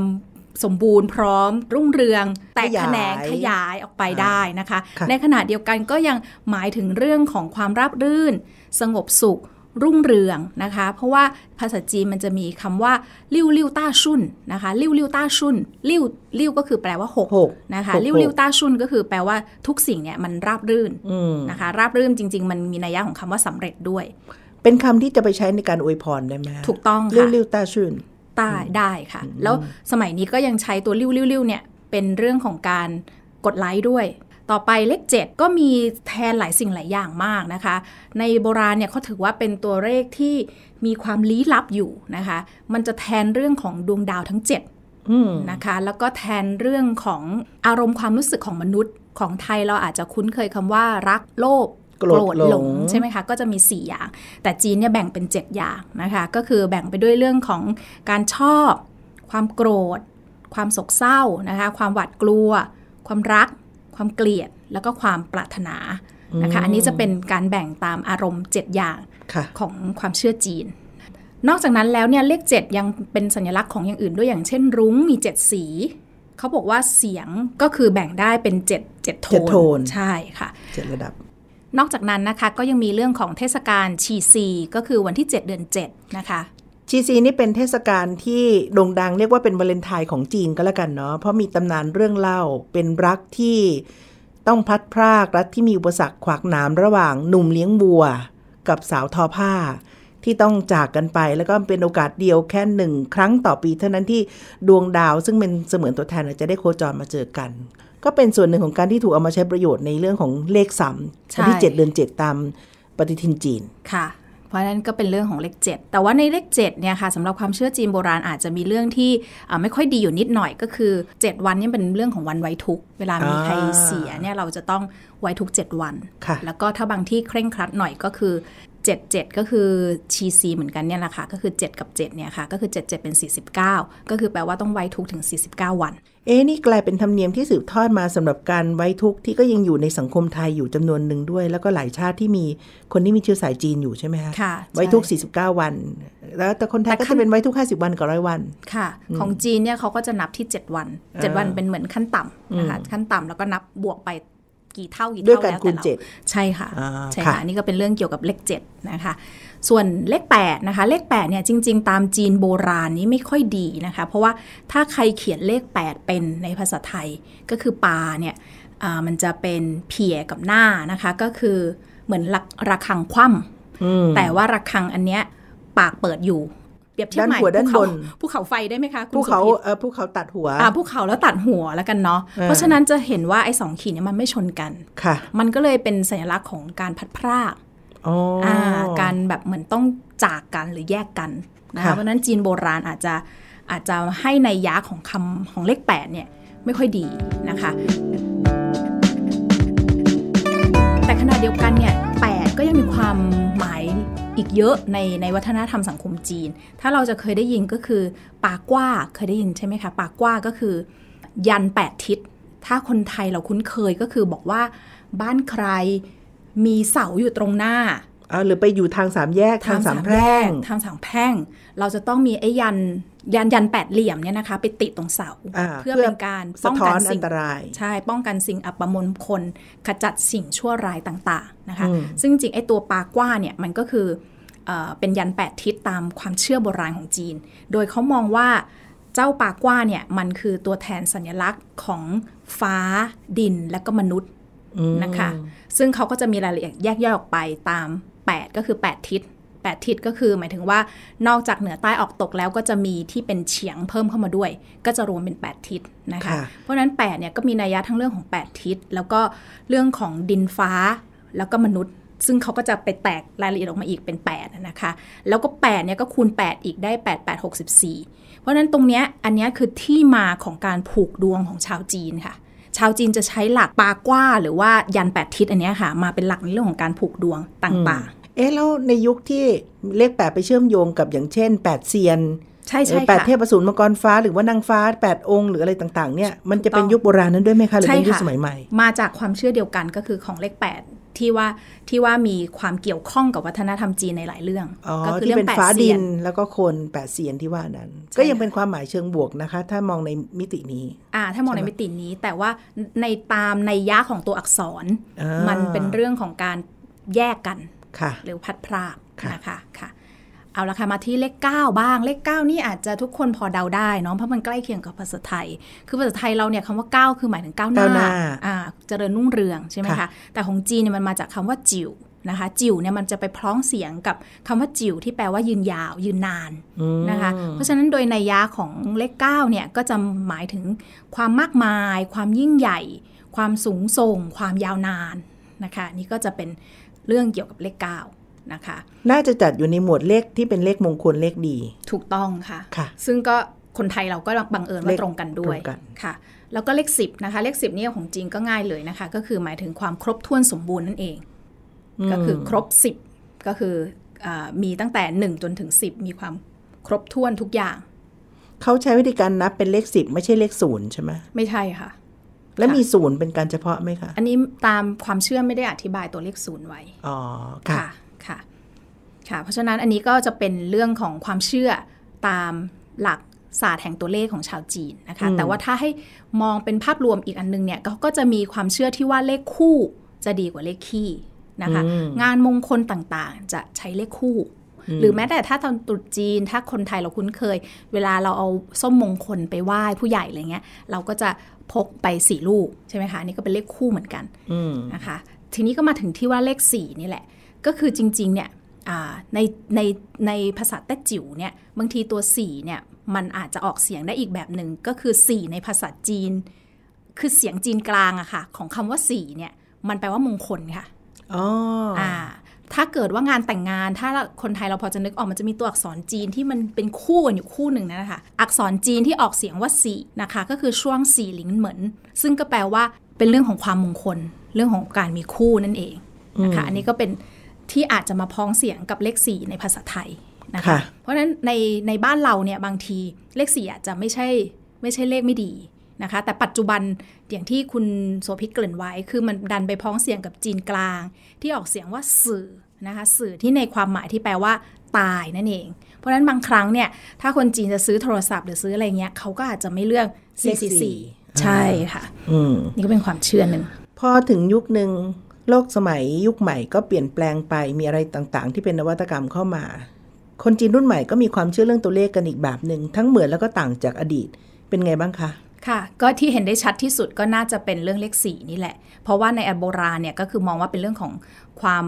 Speaker 3: สมบูรณ์พร้อม รุ่งเรือง แตกแขนง
Speaker 2: ขยาย
Speaker 3: ขยายออกไปได้นะคะ
Speaker 2: ค่ะ
Speaker 3: ในขณะเดียวกันก็ยังหมายถึงเรื่องของความราบรื่น สงบสุข รุ่งเรืองนะคะ เพราะว่าภาษาจีนมันจะมีคำว่าลิ้วลิ้วต้าชุนนะคะลิ้วลิ้วต้าชุนลิ้วลิ้วก็คือแปลว่าหก
Speaker 2: หก
Speaker 3: นะคะ
Speaker 2: หก
Speaker 3: ลิ้ว
Speaker 2: หก
Speaker 3: ลิ้วต้าชุนก็คือแปลว่าทุกสิ่งเนี่ยมันราบรื่น
Speaker 2: อืม
Speaker 3: นะคะ ราบรื่นจริง ๆ มันมีนัยยะของคำว่าสำเร็จด้วย
Speaker 2: เป็นคำที่จะไปใช้ในการอวยพรได้ไหม
Speaker 3: ถูกต้อง
Speaker 2: เลี้ยว
Speaker 3: ค่ะ
Speaker 2: เลี้ยวตาชื่น
Speaker 3: ใต้ได้ค่ะ แล้วสมัยนี้ก็ยังใช้ตัวริ้วริ้วริ้วเนี่ยเป็นเรื่องของการกดไลค์ด้วย ต่อไปเลข 7 ก็มีแทนหลายสิ่งหลายอย่างมากนะคะ ในโบราณเนี่ยเขาถือว่าเป็นตัวเลขที่มีความลี้ลับอยู่นะคะ มันจะแทนเรื่องของดวงดาวทั้ง 7
Speaker 2: อืม
Speaker 3: นะคะแล้วก็แทนเรื่องของอารมณ์ความรู้สึกของมนุษย์ของไทยเราอาจจะคุ้นเคยคำว่ารักโลภ
Speaker 2: โกรธหลง
Speaker 3: ใช่ไหมคะ ก็จะมี 4 อย่าง แต่จีนเนี่ยแบ่งเป็น 7 อย่างนะคะ ก็คือแบ่งไปด้วยเรื่องของการชอบ ความโกรธ ความโศกเศร้านะคะความหวาดกลัว ความรัก ความเกลียด แล้วก็ความปรารถนานะคะอันนี้จะเป็นการแบ่งตามอารมณ์ 7 อย่าง
Speaker 2: ค่ะ
Speaker 3: ของความเชื่อจีน นอกจากนั้นแล้วเนี่ยเลข 7 ยังเป็นสัญลักษณ์ของอย่างอื่นด้วยอย่างเช่น รุ้งมี 7 สี เขาบอกว่าเสียงก็คือแบ่งได้เป็น7 7โท
Speaker 2: เจ็
Speaker 3: น
Speaker 2: ดโทน
Speaker 3: ใช่ค่ะ
Speaker 2: เจ็ดระดับ
Speaker 3: นอกจากนั้นนะคะก็ยังมีเรื่องของเทศกาลชีซีก็คือวันที่ 7 เดือน 7 นะคะ
Speaker 2: ชีซีนี่เป็นเทศกาลที่โด่งดังเรียกว่าเป็นวาเลนไทน์ของจีนก็แล้วกันเนาะเพราะมีตำนานเรื่องเล่าเป็นรักที่ต้องพลัดพรากรักที่มีอุปสรรคขวากหนามระหว่างหนุ่มเลี้ยงบัว กับสาวทอผ้า ที่ต้องจากกันไปแล้วก็เป็นโอกาสเดียวแค่หนึ่งครั้งต่อปีเท่านั้นที่ดวงดาวซึ่งเป็นเสมือนตัวแทนจะได้โคจรมาเจอกัน ก็เป็นส่วนหนึ่งของการที่ถูกเอามาใช้ประโยชน์ในเรื่องของเลขสามวันที่
Speaker 3: ใช่
Speaker 2: เจ็ดเดือนเจ็ดตามปฏิทินจีน
Speaker 3: ค่ะ เพราะฉะนั้นก็เป็นเรื่องของเลข 7 แต่ว่าในเลข7เนี่ยค่ะสำหรับความเชื่อจีนโบราณอาจจะมีเรื่องที่อ่าไม่ค่อยดีอยู่นิดหน่อยก็คือ 7 วันเนี่ยเป็นเรื่องของวันไว้ทุกข์เวลามีใครเสียเนี่ยเราจะต้องไว้ทุกข์7วัน
Speaker 2: ค่ะ
Speaker 3: แล้วก็ถ้าบางที่เคร่งครัดหน่อยก็คือ 77 ก็คือชีซีเหมือนกันเนี่ยแหละค่ะก็คือ 7 กับ7เนี่ยค่ะก็คือ 77 เป็น 49 ก็คือแปลว่าต้องไว้ทุกข์ถึง 49 วัน
Speaker 2: เอ๊ะนี่กลายเป็นธรรมเนียมที่สืบทอดมาสำหรับการไว้ทุกข์ที่ก็ยังอยู่ในสังคมไทยอยู่จำนวนหนึ่งด้วย แล้วก็หลายชาติที่มีคนที่มีเชื้อสายจีนอยู่ใช่ไหมคะ
Speaker 3: ค่ะ
Speaker 2: ไว้ทุกข์
Speaker 3: ใช่
Speaker 2: 49 วัน แล้วแต่คนไทย
Speaker 3: แต่
Speaker 2: ก็
Speaker 3: ขั้
Speaker 2: จะ
Speaker 3: น
Speaker 2: เป็นไว้ทุกข์50 วันกับร้อยวัน
Speaker 3: ค่ะ ของจีนเนี่ยเขาก็จะนับที่ 7 วัน 7 วันเป็นเหมือนขั้นต่ำนะคะขั้นต่ำแล้วก็นับบวกไปกี่เท่ากี่
Speaker 2: ด้วย
Speaker 3: เท่า
Speaker 2: การ
Speaker 3: แล้ว
Speaker 2: คู
Speaker 3: แต่
Speaker 2: ณ
Speaker 3: เรา
Speaker 2: เจ็ด
Speaker 3: ใช่ค่ะ
Speaker 2: อ่า
Speaker 3: ใช่
Speaker 2: ค่ะ
Speaker 3: ค่ะอันนี่ก็เป็นเรื่องเกี่ยวกับเลข7นะคะส่วนเลข8นะคะเลข8เนี่ยจริง ๆ ตามจีนโบราณนี้ไม่ค่อยดีนะคะเพราะว่าถ้าใครเขียนเลข 8 เป็นในภาษาไทยก็คือปาเนี่ยอ่ามันจะเป็นเพียกับหน้านะคะก็คือเหมือนระระฆังคว่
Speaker 2: อืม
Speaker 3: ำแต่ว่าระฆังอันเนี้ยปากเปิดอยู่เปรียบเทียบ
Speaker 2: ด้าน
Speaker 3: ใหม่
Speaker 2: หัวด้าน
Speaker 3: ภูเข
Speaker 2: บน
Speaker 3: ภูเขาไฟได้ไหมคะคุณ
Speaker 2: ผู้เขา
Speaker 3: สุพิษ
Speaker 2: เอ่อผู้เขาตัดหัว
Speaker 3: อ่าภูเขาแล้วตัดหัวแล้วกันเนาะ
Speaker 2: เออ
Speaker 3: เพราะฉะนั้นจะเห็นว่าไอ้สองขีดเนี่ยมันไม่ชนกัน
Speaker 2: ค่ะ
Speaker 3: มันก็เลยเป็นสัญลักษณ์ของการพัดพราก
Speaker 2: อ๋ออ
Speaker 3: าการแบบเหมือนต้องจากกันหรือแยกกันนะคะ
Speaker 2: ค่ะ
Speaker 3: เพราะฉะนั้นจีนโบราณอาจจะอาจจะให้ในยยะของคำของเลข 8 เนี่ย ไม่ค่อยดีนะคะ แต่ขณะเดียวกันเนี่ยแปดก็ยังมีความหมายอีกเยอะในในวัฒนธรรมสังคมจีน ถ้าเราจะเคยได้ยินก็คือปากกว้าเคยได้ยินใช่ไหมคะ ปากกว้าก็คือ ยันแปดทิศ ถ้าคนไทยเราคุ้นเคยก็คือบอกว่าบ้านใครมีเสาอยู่ตรงหน้า
Speaker 2: เอาหรือไปอยู่ทางสามแยกทางสามแพร่ง
Speaker 3: ทางสามแพร่ง เราจะต้องมีไอ้ยันยันยันแปดเหลี่ยมเนี่ยนะคะ ไปติดตรงเสา
Speaker 2: อ่า
Speaker 3: เพื่อ
Speaker 2: เพื่อ
Speaker 3: เป็นการ
Speaker 2: สะ
Speaker 3: ป้อง
Speaker 2: ท้อ
Speaker 3: กัน
Speaker 2: นอั
Speaker 3: สิ่
Speaker 2: น
Speaker 3: ง
Speaker 2: ตราย
Speaker 3: ใช่ ป้องกันสิ่งอัปมงคลขจัดสิ่งชั่วร้ายต่างๆนะคะ
Speaker 2: อืม
Speaker 3: ซึ่งจริงๆไอ้ตัวปากว้าเนี่ยมันก็คือเออเป็นยันแปดทิศตามความเชื่อโบราณของจีน โดยเขามองว่าเจ้าปากว้าเนี่ยมันคือตัวแทนสัญลักษณ์ของฟ้าดินและก็มนุษย์
Speaker 2: อืม
Speaker 3: นะคะ ซึ่งเขาก็จะมีรายละเอียดแยกย่อยออกไปตาม 8 ก็คือ 8 ทิศ 8 ทิศก็คือหมายถึงว่านอกจากเหนือใต้ออกตกแล้วก็จะมีที่เป็นเฉียงเพิ่มเข้ามาด้วย ก็จะรวมเป็น 8 ทิศนะคะ
Speaker 2: ค่ะ
Speaker 3: เพราะฉะนั้น8เนี่ยก็มีนัยยะทั้งเรื่องของ 8 ทิศ แล้วก็เรื่องของดินฟ้าแล้วก็มนุษย์ ซึ่งเขาก็จะไปแตกรายละเอียดออกมาอีกเป็น8นะคะ แล้วก็8เนี่ยก็คูณ 8 อีกได้ 8 8 64 เพราะฉะนั้นตรงเนี้ยอันเนี้ยคือที่มาของการผูกดวงของชาวจีนค่ะ ชาวจีนจะใช้หลักปากว้าหรือว่ายัน 8 ทิศอันเนี้ยค่ะ มาเป็นหลักในเรื่องของการผูกดวงต่าง
Speaker 2: เอ๊ะแล้วในยุคที่เลขแปดไปเชื่อมโยงกับอย่างเช่นแปดเซียน
Speaker 3: ๆ ใช่ใช่
Speaker 2: แปด
Speaker 3: ค่ะ
Speaker 2: เทพอสูรมังกรฟ้าหรือว่านางฟ้าแปดองค์หรืออะไรต่างๆเนี่ยมันจะเป็น
Speaker 3: ถูกต้อง
Speaker 2: ยุคโบราณนั้นด้วยไหมคะหรือ
Speaker 3: ใช่
Speaker 2: เป็นยุค
Speaker 3: ค่ะ
Speaker 2: สมัยใหม่
Speaker 3: มาจากความเชื่อเดียวกันก็คือของเลข 8 ที่ว่าที่ว่ามีความเกี่ยวข้องกับวัฒนธรรมจีนในหลายเรื่อง
Speaker 2: อ๋อ
Speaker 3: ก็
Speaker 2: ที่เป็น
Speaker 3: แปด
Speaker 2: ฟ้าดิ
Speaker 3: เซีย
Speaker 2: นแล้วก็คนแปดเซียนที่ว่านั้น
Speaker 3: ใช่
Speaker 2: ก็ยัง
Speaker 3: ค่ะ
Speaker 2: เป็นความหมายเชิงบวกนะคะ ถ้ามองในมิตินี้
Speaker 3: อ่าถ้ามอง
Speaker 2: ใช่
Speaker 3: ใน
Speaker 2: ไหม
Speaker 3: มิตินี้แต่ว่าในตามในยยะของตัวอักษร
Speaker 2: อ่ามั
Speaker 3: มันเป็นเรื่องของการแยกกัน
Speaker 2: ค่ะ
Speaker 3: หรือพัดพราก
Speaker 2: ค่ะ
Speaker 3: นะคะค่ะ เอาละค่ะมาที่เลข 9 บ้างเลข 9 นี่อาจจะทุกคนพอเดาได้เนาะเพราะมันใกล้เคียงกับภาษาไทย คือภาษาไทยเราเนี่ยคำว่า 9 คือหมายถึงก้าวหน้า
Speaker 2: ก้าวหน้า
Speaker 3: อ่าเจริญรุ่งเรืองใช่ไหมคะ
Speaker 2: ค่ะ
Speaker 3: แต่ของจีนเนี่ยมันมาจากคำว่าจิ๋วนะคะจิ๋วเนี่ยมันจะไปพร้องเสียงกับคำว่าจิ๋วที่แปลว่ายืนยาว ยืนนาน
Speaker 2: อืม
Speaker 3: นะคะเพราะฉะนั้นโดยนัยยะของเลข9เนี่ยก็จะหมายถึงความมากมาย ความยิ่งใหญ่ ความสูงส่ง ความยาวนานนะคะนี่ก็จะเป็นเรื่องเกี่ยวกับเลข9นะคะ
Speaker 2: น่าจะจัดอยู่ในหมวดเลขที่เป็นเลขมงคลเลขดี
Speaker 3: ถูกต้องค่ะ
Speaker 2: ค่ะ
Speaker 3: ซึ่งก็คนไทยเราก็บังเอิญว่า
Speaker 2: เลข
Speaker 3: ตรงกันด้วย
Speaker 2: ตรงกัน
Speaker 3: ค่ะ แล้วก็เลข 10นะคะเลข 10เนี่ยของจีนก็ง่ายเลยนะคะ ก็คือหมายถึงความครบถ้วนสมบูรณ์นั่นเอง ก็คือครบ 10 ก็คืออามีตั้งแต่ 1 จนถึง 10 มีความครบถ้วนทุกอย่าง
Speaker 2: เขาใช้วิธีการนับเป็นเลขสิบไม่ใช่เลขศูนย์ใช่ไหม
Speaker 3: ไม่ใช่ค่ะ
Speaker 2: และ
Speaker 3: ค่ะ
Speaker 2: มีศูนย์เป็นการเฉพาะไหมคะ
Speaker 3: อันนี้ตามความเชื่อไม่ได้อธิบายตัวเลขศูนย์ไว้
Speaker 2: อ๋อ ค่ะ
Speaker 3: ค่ะ ค่ะ เพราะฉะนั้นอันนี้ก็จะเป็นเรื่องของความเชื่อตามหลักศาสตร์แห่งตัวเลขของชาวจีนนะคะ
Speaker 2: อืม
Speaker 3: แต่ว่าถ้าให้มองเป็นภาพรวมอีกอันนึงเนี่ยเขาก็จะมีความเชื่อที่ว่าเลขคู่จะดีกว่าเลขคี่นะคะ งานมงคลต่างๆ จะใช้เลขคู่ หรือแม้แต่ถ้าตอนตรุษจีน ถ้าคนไทยเราคุ้นเคย เวลาเราเอาส้มมงคลไปไหว้ผู้ใหญ่อะไรเงี้ย เราก็จะพกไปสี่ลูกใช่ไหมคะอันนี่ก็เป็นเลขคู่เหมือนกัน
Speaker 2: อืม
Speaker 3: นะคะทีนี้ก็มาถึงที่ว่าเลข 4 นี่แหละ ก็คือจริง ๆ เนี่ยอ่าในในในภาษาแต้จิ๋วเนี่ยบางทีตัว 4 เนี่ย มันอาจจะออกเสียงได้อีกแบบหนึ่งก็คือ 4 ในภาษาจีน คือเสียงจีนกลางอะค่ะ ของคำว่า 4 เนี่ย มันแปลว่ามงคลค่ะ
Speaker 2: อ๋อ
Speaker 3: อ่าถ้าเกิดว่างานแต่งงานถ้าคนไทยเราพอจะนึกออกมันจะมีตัวอักษรจีนที่มันเป็นคู่กันอยู่คู่หนึ่งนะคะ อักษรจีนที่ออกเสียงว่าสี่นะคะ ก็คือช่วงสี่หลิงเหมือน ซึ่งก็แปลว่าเป็นเรื่องของความมงคล เรื่องของการมีคู่นั่นเองนะคะอันนี้ก็เป็นที่อาจจะมาพ้องเสียงกับเลขสี่ในภาษาไทยนะคะ
Speaker 2: ค่ะ
Speaker 3: เพราะฉะนั้นในในบ้านเราเนี่ยบางทีเลขสี่อาจจะไม่ใช่ไม่ใช่เลขไม่ดี นะคะ แต่ปัจจุบันอย่างที่คุณโสภิตเกริ่นไว้ คือมันดันไปพ้องเสียงกับจีนกลาง ที่ออกเสียงว่าสื่อนะคะสื่อที่ในความหมายที่แปลว่า ตายนั่นเอง เพราะฉะนั้นบางครั้งเนี่ยถ้าคนจีนจะซื้อโทรศัพท์หรือซื้ออะไรเงี้ยเขาก็อาจจะไม่เลือก
Speaker 2: CCC
Speaker 3: CCC ใช่ค่ะ
Speaker 2: อืม
Speaker 3: นี่ก็เป็นความเชื่อหนึ่ง
Speaker 2: พอถึงยุคหนึ่งโลกสมัยยุคใหม่ก็เปลี่ยนแปลงไปมีอะไรต่างๆ ที่เป็นนวัตกรรมเข้ามา คนจีนรุ่นใหม่ก็มีความเชื่อเรื่องตัวเลขกันอีกแบบหนึ่งทั้งเหมือนแล้วก็ต่างจากอดีตเป็นไงบ้างคะ
Speaker 3: ค่ะ ก็ที่เห็นได้ชัดที่สุดก็น่าจะเป็นเรื่องเลขสี่นี่แหละ เพราะว่าในอันโบราณเนี่ยก็คือมองว่าเป็นเรื่องของความ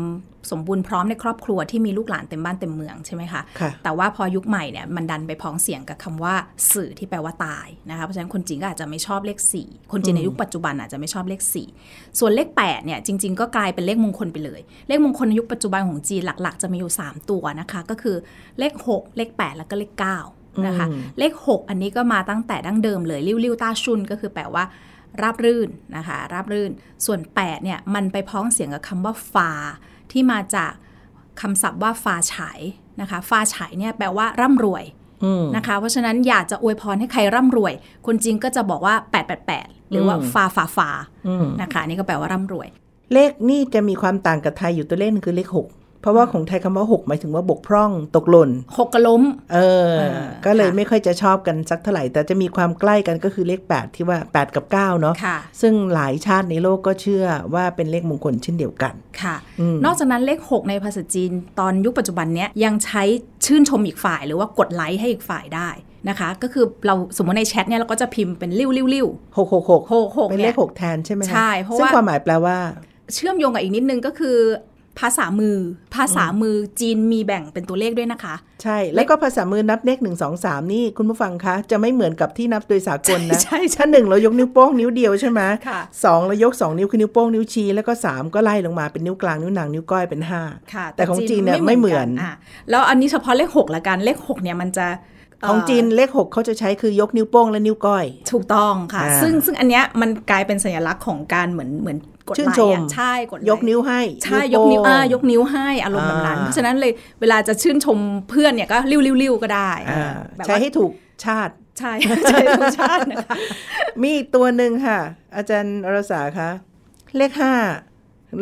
Speaker 3: สมบูรณ์พร้อมในครอบครัวที่มีลูกหลานเต็มบ้านเต็มเมืองใช่ไหมคะ
Speaker 2: ค่ะ
Speaker 3: แต่ว่าพอยุคใหม่เนี่ยมันดันไปพ้องเสียงกับคำว่าสื่อที่แปลว่าตายนะคะเพราะฉะนั้นคนจีนก็อาจจะไม่ชอบเลข 4 คนจีนในยุคปัจจุบันอาจจะไม่ชอบเลข 4 ส่วนเลข8เนี่ยจริง ๆ ก็กลายเป็นเลขมงคลไปเลย เลขมงคลในยุคปัจจุบันของจีนหลัก ๆ จะมีอยู่ 3 ตัวนะคะ ก็คือเลข 6 เลข 8 แล้วก็เลข9นะคะ
Speaker 2: อืม
Speaker 3: เลข 6 อันนี้ก็มาตั้งแต่ดั้งเดิมเลยริ้วริ้วต้าชุนก็คือแปลว่า ราบรื่นนะคะราบรื่น ส่วน8เนี่ยมันไปพ้องเสียงกับคำว่าฟ้าที่มาจากคำศัพท์ว่าฟ้าฉายนะคะฟ้าฉายเนี่ยแปลว่าร่ำรวย
Speaker 2: อืม
Speaker 3: นะคะ เพราะฉะนั้นอยากจะอวยพรให้ใครร่ำรวย คนจีนก็จะบอกว่า 888 หรือว่า
Speaker 2: อืม
Speaker 3: ฟ้าฟ้าฟ้า
Speaker 2: อืม
Speaker 3: นะคะอันนี่ก็แปลว่าร่ำรวย
Speaker 2: เลขนี่จะมีความต่างกับไทยอยู่ตัวเลขหนึงคือเลขหกเพราะว่าของไทยคำว่าหกหมายถึงว่าบกพร่องตกหล่น
Speaker 3: หกกระล้ม
Speaker 2: เออ
Speaker 3: อ่า
Speaker 2: ก็เลย
Speaker 3: ค่ะ
Speaker 2: ไม่ค่อยจะชอบกันสักเท่าไหร่ แต่จะมีความใกล้กันก็คือเลข 8 ที่ว่า 8 กับ 9 เนาะ
Speaker 3: ค่ะ
Speaker 2: ซึ่งหลายชาติในโลกก็เชื่อว่าเป็นเลขมงคลเช่นเดียวกัน
Speaker 3: ค่ะ
Speaker 2: อืม
Speaker 3: นอกจากนั้นเลข 6 ในภาษาจีนตอนยุคปัจจุบันเนี้ยยังใช้ชื่นชมอีกฝ่าย หรือว่ากดไลค์ให้อีกฝ่ายได้นะคะ ก็คือเราสมมติในแชทเนี่ยเราก็จะพิมพ์เป็นริ้วริ้วริ้ว
Speaker 2: หกหกหก
Speaker 3: หกหก
Speaker 2: เป็น
Speaker 3: เนี่
Speaker 2: เลย ข 6 แทนใช่ไหมคะ
Speaker 3: ใช่เพราะ
Speaker 2: ซึ่ง
Speaker 3: ว่า
Speaker 2: ความหมายแปลว่า
Speaker 3: เชื่อมโยงกับอีกนิดนึงก็คือ ภาษามือ ภาษามือจีนมีแบ่งเป็นตัวเลขด้วยนะคะ
Speaker 2: ใช่ แล้วก็ภาษามือนับเลข 1 2 3 นี่คุณผู้ฟังคะ จะไม่เหมือนกับที่นับโดยสากลนะ
Speaker 3: ใช่ใช่
Speaker 2: ถ้าหนึ่งเรายกนิ้วโป้งนิ้วเดียวใช่ไหม
Speaker 3: ค่ะ
Speaker 2: สองเรายกสองนิ้วคือนิ้วโป้งนิ้วชี้แล้วก็สามก็ไล่ลงมาเป็นนิ้วกลางนิ้วนางนิ้วก้อยเป็นห้า
Speaker 3: ค่ะ
Speaker 2: แต่ของจีนเนี่ยไม่เหมือน
Speaker 3: กัะแล้วอันนี้เฉพาะเลข6ละกันเลข6เนี่ยมันจะเ
Speaker 2: ของจีนเลขหกเขาจะใช้คือยกนิ้วโป้งและนิ้วก้อย
Speaker 3: ถูกต้องค่ะ
Speaker 2: อ่า
Speaker 3: ซึ่งซึ่งอันเนี้ยมันกลายเป็นสัญลักษณ์ของการเหมือนเหมือนกด
Speaker 2: ชื่นช
Speaker 3: ไลค์
Speaker 2: ม
Speaker 3: อะใช่กดไลค์
Speaker 2: ยกนิ้วให้
Speaker 3: ใช่ย
Speaker 2: นิ้
Speaker 3: ก
Speaker 2: โป้ง
Speaker 3: นิ้วอ่ายกนิ้วให้อารมณ์แบบนั้น
Speaker 2: อ่า
Speaker 3: เพราะฉะนั้นเลยเวลาจะชื่นชมเพื่อนเนี่ยก็ริ้วริ้วริ้วก็ได้
Speaker 2: อ่า
Speaker 3: แบบ
Speaker 2: ใช้
Speaker 3: ว่า
Speaker 2: ให้ถูกชาติ
Speaker 3: ใช่ ใช่ทุกชาตินะคะ
Speaker 2: มีอีกตัวหนึ่งค่ะ อาจารย์อรสาคะเลขห้า